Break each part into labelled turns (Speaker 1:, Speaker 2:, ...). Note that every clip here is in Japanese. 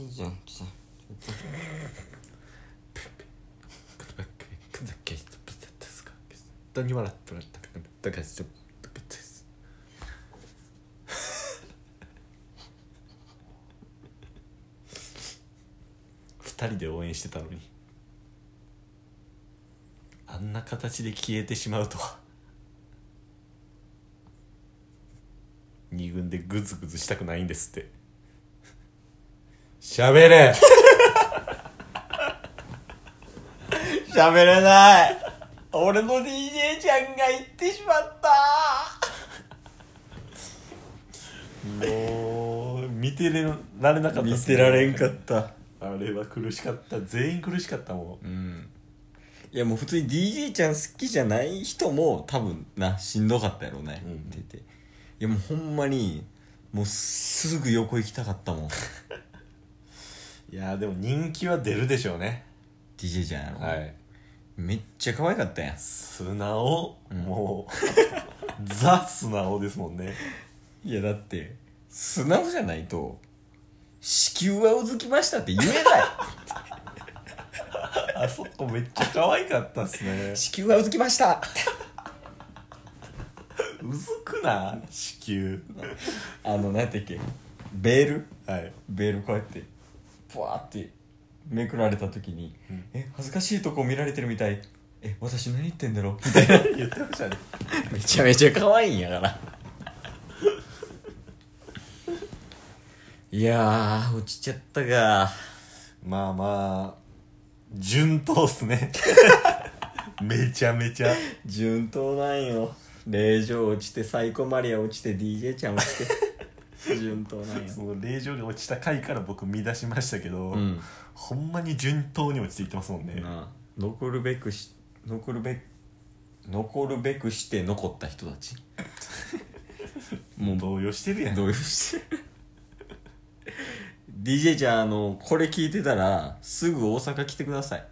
Speaker 1: いいじゃんじゃん
Speaker 2: 当に笑ってもらっただからちょっとです2人で応援してたのにあんな形で消えてしまうとは二軍でグズグズしたくないんですって喋れ
Speaker 1: 喋れない俺の DJ ちゃんが言ってしまった
Speaker 2: もう見てられなかったっすね
Speaker 1: 見てられんかった
Speaker 2: あれは苦しかった全員苦しかったもん
Speaker 1: うんいやもう普通に DJ ちゃん好きじゃない人も多分なしんどかったやろうね、
Speaker 2: うん
Speaker 1: 見てていやもうほんまにもうすぐ横行きたかったもん
Speaker 2: いやーでも人気は出るでしょうね
Speaker 1: DJ ちゃんやろ、
Speaker 2: はい
Speaker 1: めっちゃ可愛かったやん
Speaker 2: 素直、もう ザ素直ですもんね
Speaker 1: いやだって素直じゃないと「子宮はうずきました」って言えない
Speaker 2: あそこめっちゃ可愛かったっすね
Speaker 1: 「子宮はうずきま した
Speaker 2: うずくな子宮」
Speaker 1: あの何やったっけベール
Speaker 2: はい
Speaker 1: ベールこうやってブワーってめくられた時に「
Speaker 2: うん
Speaker 1: え恥ずかしいとこ見られてるみたい」え、私何言ってんだろうみたいな
Speaker 2: 言ってましたね
Speaker 1: めちゃめちゃ可愛いんやからいやー落ちちゃったか
Speaker 2: まあまあ順当っすね めちゃめちゃ
Speaker 1: 順当なんよ令状落ちてサイコマリア落ちて DJ ちゃん落ちて順 当なんよ
Speaker 2: その令状が落ちた回から僕見出しましたけど、
Speaker 1: うん
Speaker 2: ほんまに順当に落ちていってますもんね
Speaker 1: なあ残るべくし残るべく残るべくして残った人たちもう
Speaker 2: 動揺して るやん
Speaker 1: 動揺して DJ ちゃんあのこれ聞いてたらすぐ大阪来てください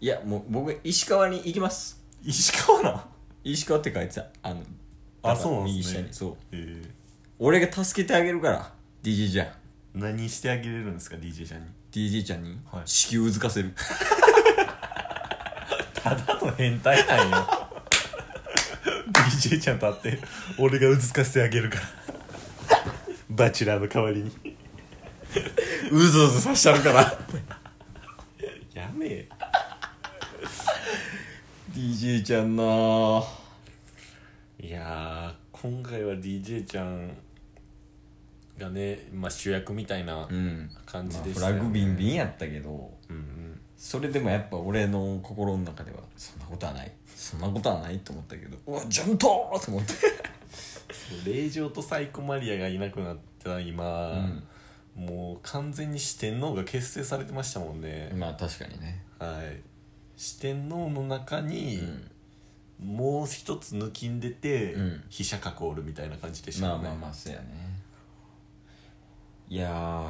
Speaker 1: いやもう僕石川に行きます
Speaker 2: 石川な
Speaker 1: 石川って書いてたあの
Speaker 2: あそうなんすね
Speaker 1: 右下にそう
Speaker 2: ええ
Speaker 1: 俺が助けてあげるから DJ ちゃん
Speaker 2: 何してあげれるんですか DJ ちゃんに
Speaker 1: DJ ちゃんに
Speaker 2: はい
Speaker 1: 子宮うずかせる、
Speaker 2: ただの変態なんよ DJ ちゃんと会って俺がうずかせてあげるからバチュラーの代わりに
Speaker 1: うずうずさしちゃうから
Speaker 2: やめえ
Speaker 1: DJ ちゃんなあ
Speaker 2: いやー今回は DJ ちゃんがね、まあ、主役みたいな
Speaker 1: うん
Speaker 2: 感じ
Speaker 1: まあ
Speaker 2: でし
Speaker 1: フ
Speaker 2: た
Speaker 1: ラ
Speaker 2: よね、
Speaker 1: グビンビンやったけど
Speaker 2: うんうん
Speaker 1: それでもやっぱ俺の心の中ではそんなことはないそんなことはないと思ったけどうわジャントーと思って
Speaker 2: 令嬢とサイコマリアがいなくなった今、もう完全に四天王が結成されてましたもんね、
Speaker 1: まあ確かにね
Speaker 2: はい四天王の中に、
Speaker 1: うん
Speaker 2: もう一つ抜きんでて、
Speaker 1: うん
Speaker 2: 飛車角おるみたいな感じでした
Speaker 1: ま
Speaker 2: よ
Speaker 1: あ
Speaker 2: ね
Speaker 1: まあまあそうやねいやー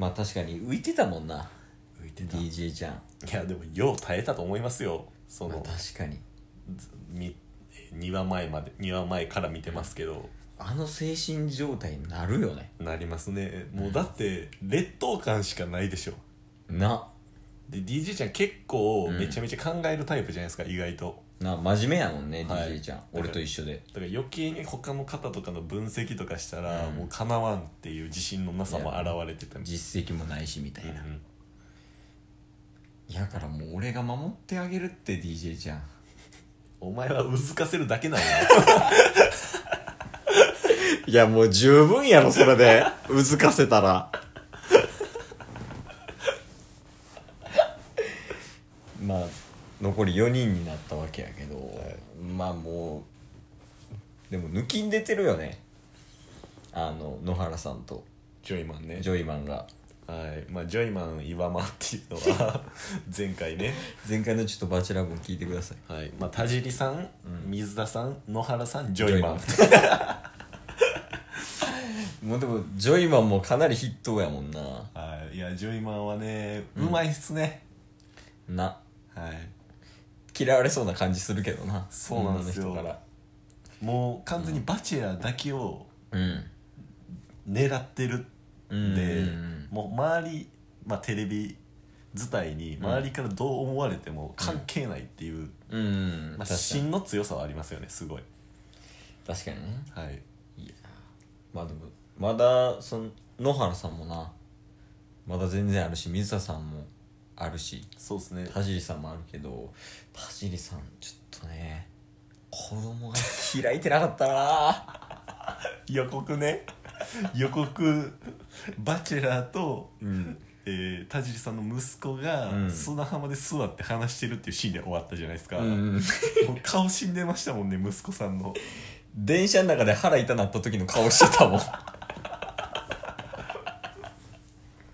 Speaker 1: まあ確かに浮いてたもんな
Speaker 2: 浮いてたい
Speaker 1: DJ ちゃん
Speaker 2: やでもよう耐えたと思いますよそ
Speaker 1: まあ
Speaker 2: の、
Speaker 1: 確かに
Speaker 2: ずみ2話前まで2話前から見てますけど
Speaker 1: あの精神状態になるよね
Speaker 2: なりますねもうだって劣等感しかないでしょ
Speaker 1: な
Speaker 2: で DJ ちゃん結構
Speaker 1: うん
Speaker 2: めちゃめちゃ考えるタイプじゃないですか、意外と
Speaker 1: な真面目やもんね、
Speaker 2: はい
Speaker 1: DJ ちゃん俺と一緒で
Speaker 2: だから余計に他の方とかの分析とかしたら、
Speaker 1: うん
Speaker 2: もうかなわんっていう自信のなさも現れてたみたい
Speaker 1: 実績もないしみたいな、
Speaker 2: な、うん
Speaker 1: いやだからもう俺が守ってあげるって DJ ちゃん
Speaker 2: お前はうずかせるだけなんや
Speaker 1: いや、もう十分やろ、それ で。うずかせたら。まあ、残り4人になったわけやけど、まあもう、でも抜きん出てるよね。あの、野原さんと、
Speaker 2: ジョイマンね
Speaker 1: ジョイマンが。
Speaker 2: はいまあ、ジョイマン岩間っていうの は前回ね、
Speaker 1: 前回のちょっとバチェラーも聞いてください。
Speaker 2: はいまあ、田尻さん、水田さん野原さんジ
Speaker 1: ョ
Speaker 2: ョ
Speaker 1: イ
Speaker 2: イ
Speaker 1: マ
Speaker 2: マ
Speaker 1: ン
Speaker 2: ン
Speaker 1: もうでも、ジョイマンもかなり筆頭やもんな。
Speaker 2: はいいやジョイマンはねうまいっすね、
Speaker 1: な、
Speaker 2: はい
Speaker 1: 嫌われそうな感じするけどな。
Speaker 2: そうなんですよ
Speaker 1: 女の人から。
Speaker 2: もう完全にバチェラーだけを
Speaker 1: うん。
Speaker 2: 狙ってる
Speaker 1: うん
Speaker 2: で
Speaker 1: うん
Speaker 2: もう周り、まあ、テレビ自体に
Speaker 1: ん
Speaker 2: 周りからどう思われても関係ないっていう、
Speaker 1: うん
Speaker 2: まあ、
Speaker 1: 確かに
Speaker 2: 芯の強さはありますよねすごい
Speaker 1: 確かにね
Speaker 2: はい
Speaker 1: いやまあでもまだその野原さんもなまだ全然あるし水田さんもあるし
Speaker 2: そうですね
Speaker 1: 田尻さんもあるけど田尻さんちょっとね子供が開いてなかったな
Speaker 2: 予告ね 予告バチェラーと、
Speaker 1: うん
Speaker 2: えー田尻さんの息子が
Speaker 1: うん
Speaker 2: 砂浜で座って話してるっていうシーンで終わったじゃないですか、
Speaker 1: うん
Speaker 2: もう顔死んでましたもんね息子さんの
Speaker 1: 電車の中で腹痛なった時の顔してたもん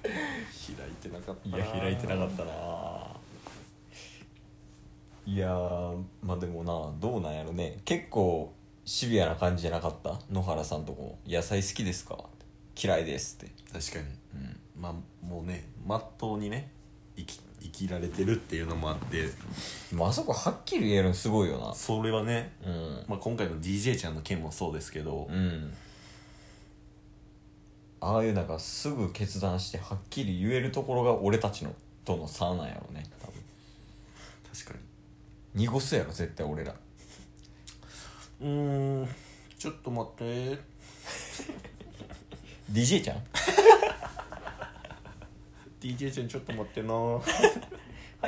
Speaker 2: 開いてなかった
Speaker 1: い
Speaker 2: い
Speaker 1: や
Speaker 2: や
Speaker 1: 開
Speaker 2: 開
Speaker 1: い
Speaker 2: い
Speaker 1: てな
Speaker 2: てな
Speaker 1: か
Speaker 2: か
Speaker 1: っ
Speaker 2: った
Speaker 1: ないやーまあでもなどうなんやろね結構シビアな感じじゃなかった野原さんとこも「野菜好きですか?」嫌いです」って
Speaker 2: た確かに
Speaker 1: うん
Speaker 2: まあもうねまっとうにね生き生きられてるっていうのもあって
Speaker 1: でもあそこはっきり言えるのすごいよ
Speaker 2: それはね、
Speaker 1: なうん
Speaker 2: まあ、今回の DJ ちゃんの件もそうですけど、
Speaker 1: うんああいうなんかすぐ決断してはっきり言えるところが俺たちのとの差なんやろね多分
Speaker 2: 確か
Speaker 1: 濁すやろ絶対俺ら
Speaker 2: にうーんちょっと待って
Speaker 1: DJ ちゃん
Speaker 2: DJ ちゃんちょっと待ってな
Speaker 1: は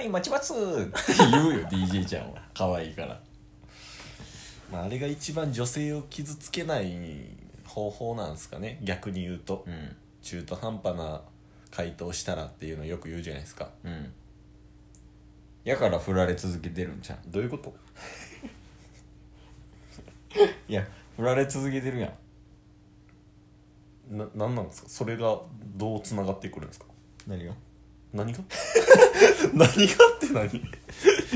Speaker 1: い待ちますって言うよ DJ ちゃんは可愛いから
Speaker 2: まああれが一番女性を傷つけない方法なんですかね逆に言うと、
Speaker 1: うん
Speaker 2: 中途半端な回答したらっていうのよく言うじゃないですか
Speaker 1: うんやから振られ続けてるんちゃう
Speaker 2: どういうこと
Speaker 1: いや振られ続けてるやん
Speaker 2: な何なんですかそれがどうつながってくるんですか
Speaker 1: 何が
Speaker 2: 何が 何がって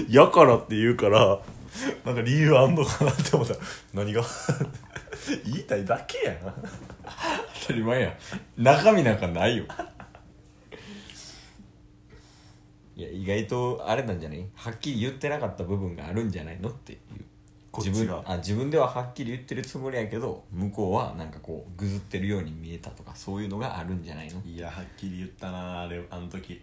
Speaker 2: 何 やからって言うからなんか理由あんのかなって思った何が 言いたいだけやな
Speaker 1: 当たり前や中身なんかないよいや意外とあれなんじゃないはっきり言ってなかった部分があるんじゃないのっていう
Speaker 2: こっち
Speaker 1: 自
Speaker 2: が
Speaker 1: 分あ自分でははっきり言ってるつもりやけど向こうはなんかこうぐずってるように見えたとかそういうのがあるんじゃないの
Speaker 2: いやはっきり言ったなあれあの時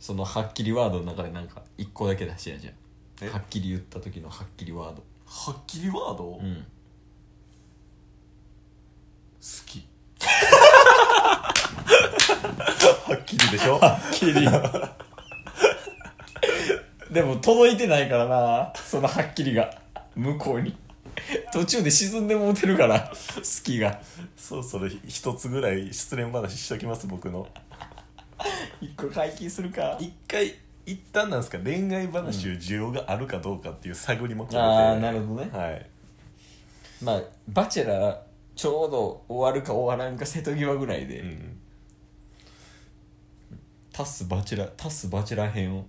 Speaker 1: そのはっきりワードの中でなんか一個だけ出してやじゃ
Speaker 2: え
Speaker 1: んはっきり言った時のはっきりワード
Speaker 2: はっきりワード、
Speaker 1: う
Speaker 2: 好
Speaker 1: ん
Speaker 2: きはっきりでしょはっき り
Speaker 1: でも届いてないからなそのはっきりが向こうに途中で沈んでもうてるから好きが
Speaker 2: そろそろ一つぐらい失恋話しときます僕の
Speaker 1: 一個解禁するか
Speaker 2: 一回一旦なんですか恋愛話を需要があるかどうかっていう探りも込めて、
Speaker 1: ああなるほどね
Speaker 2: はい
Speaker 1: まあバチェラーちょうど終わるか終わらんか瀬戸際ぐらいで、
Speaker 2: うん
Speaker 1: タスバチェラタスバチェラ編を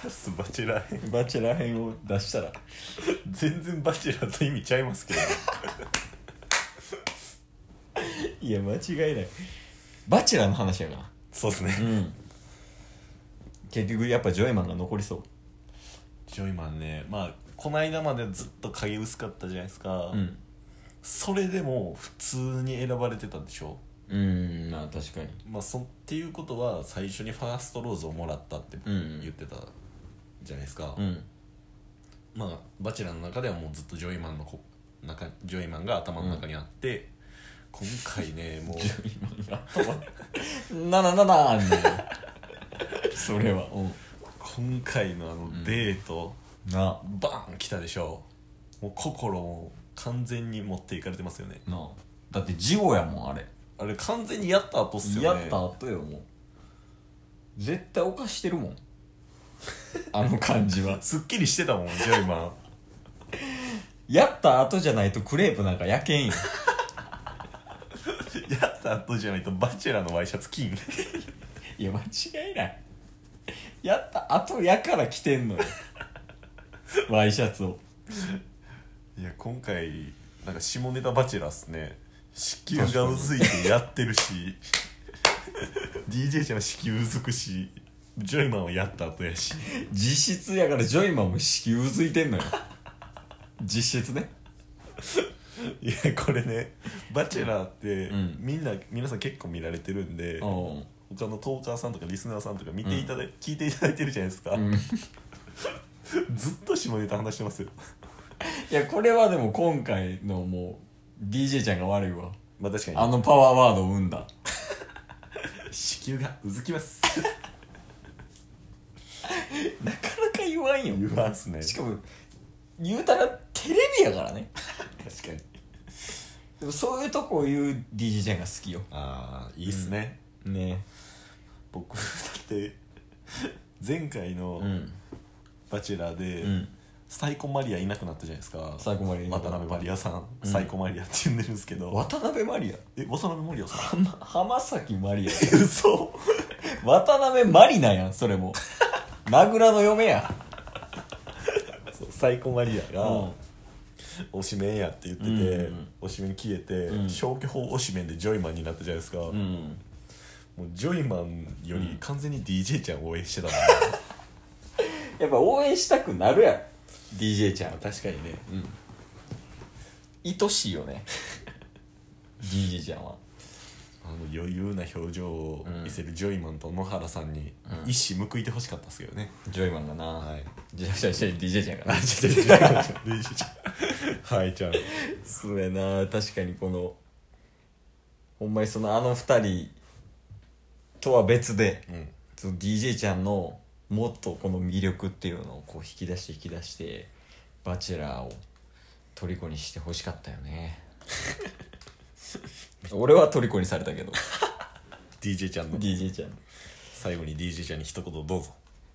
Speaker 2: タスバチェラー
Speaker 1: バチェラ編を出したら
Speaker 2: 全然バチェラーと意味ちゃいますけど
Speaker 1: いや間違いないバチェラーの話やから
Speaker 2: そうですね
Speaker 1: うん結局やっぱジョイマンが残りそう
Speaker 2: ジョイマンねまあこの間までずっと影薄かったじゃないですか、
Speaker 1: うん
Speaker 2: それでも普通に選ばれてたんでしょ
Speaker 1: うんまあ確かに
Speaker 2: まあそっていうことは最初にファーストローズをもらったって
Speaker 1: うん
Speaker 2: 言ってたじゃないですか、
Speaker 1: うん
Speaker 2: まあバチェラーの中ではもうずっとジョイマンのこ中ジョイマンが頭の中にあって、今回ねもう
Speaker 1: イマンがなななな それはう
Speaker 2: 今回のあのデート、
Speaker 1: んな
Speaker 2: バーン来たでしょもう心を完全に持っていかれてますよね
Speaker 1: なだって事後やもんあれ
Speaker 2: あれ完全にやった後っす
Speaker 1: や
Speaker 2: よね
Speaker 1: った後よもう絶対犯してるもんあの感じは
Speaker 2: すっきりしてたもんジョイマン
Speaker 1: やった後じゃないとクレープなんか焼けんよ
Speaker 2: やった後じゃないとバチェラーのワイシャツ金
Speaker 1: いや間違いないやった後やから着てんのよワイシャツを
Speaker 2: いや今回なんか下ネタバチェラーっすね子宮がうずいてやって るし DJ ちゃんは子宮うずくしジョイマンはやった後やし
Speaker 1: 実 質やからジョイマンも子宮うずいてんのよ実質ね
Speaker 2: いやこれね「バチェラー」って、
Speaker 1: うん
Speaker 2: みんな皆さん結構見られてるんで、
Speaker 1: おう
Speaker 2: 他のトーカーさんとかリスナーさんとか見ていただ、聞いていただいてるじゃないですか、
Speaker 1: うん、い
Speaker 2: ずっと下ネタ話してますよ
Speaker 1: やこれはでも今回のもう DJ ちゃんが悪いわ
Speaker 2: まあ確かに
Speaker 1: あのパワーワードを生んだ
Speaker 2: 子宮がうずきます
Speaker 1: なかなか言わんよ
Speaker 2: 言わんすね
Speaker 1: しかも言うたらテレビやからね
Speaker 2: 確かに
Speaker 1: でもそういうとこを言う DJ ちゃんが好きよ
Speaker 2: ああいいっすね、
Speaker 1: ね
Speaker 2: 僕だって前回の
Speaker 1: うん
Speaker 2: 「バチェラーで」
Speaker 1: うん
Speaker 2: サイコマリアいなくなったじゃないですか
Speaker 1: サイコマリアいなく
Speaker 2: 渡
Speaker 1: なった
Speaker 2: 辺マリアさん、
Speaker 1: うん
Speaker 2: サイコマリアって呼んでるんですけど
Speaker 1: 渡辺マリア
Speaker 2: え渡辺マリアさん
Speaker 1: 浜浜崎マリア
Speaker 2: え嘘
Speaker 1: 渡辺マリナやんそれ も名倉の嫁や
Speaker 2: そうサイコマリアが、
Speaker 1: うん
Speaker 2: おしめんやって言ってて、
Speaker 1: うんうんうん
Speaker 2: おしめん消えて、
Speaker 1: うん
Speaker 2: 消去法おしめんでジョイマンになったじゃないですか、
Speaker 1: う
Speaker 2: も
Speaker 1: ん
Speaker 2: うジョイマンより完全に DJ ちゃんを応援してたもん、
Speaker 1: やっぱ応援したくなるやん DJ ちゃん
Speaker 2: 確かにね
Speaker 1: 愛しいよ ね DJ ちゃんは
Speaker 2: あの余裕な表情を見せるジョイマンと野原さんに
Speaker 1: うん
Speaker 2: 一矢報いてほしかったですけどね、
Speaker 1: ジョイマンがな、
Speaker 2: はい
Speaker 1: じゃあじゃあじゃあ DJ ちゃんかな
Speaker 2: あちょっと DJ ちゃんはいちゃん
Speaker 1: そうやな確かにこのほんまにそのあの二人とは別で
Speaker 2: うん
Speaker 1: その DJ ちゃんのもっとこの魅力っていうのをこう引き出して引き出して「バチェラー」を虜にしてほしかったよね 俺は虜にされたけど
Speaker 2: DJ ちゃんの
Speaker 1: DJ ちゃん
Speaker 2: 最後に DJ ちゃんに一言どうぞ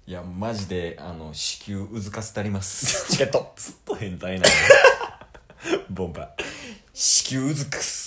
Speaker 1: いやマジであの子宮うずかせたります チケット
Speaker 2: ずっと変態なのボンバー
Speaker 1: 子宮うずくす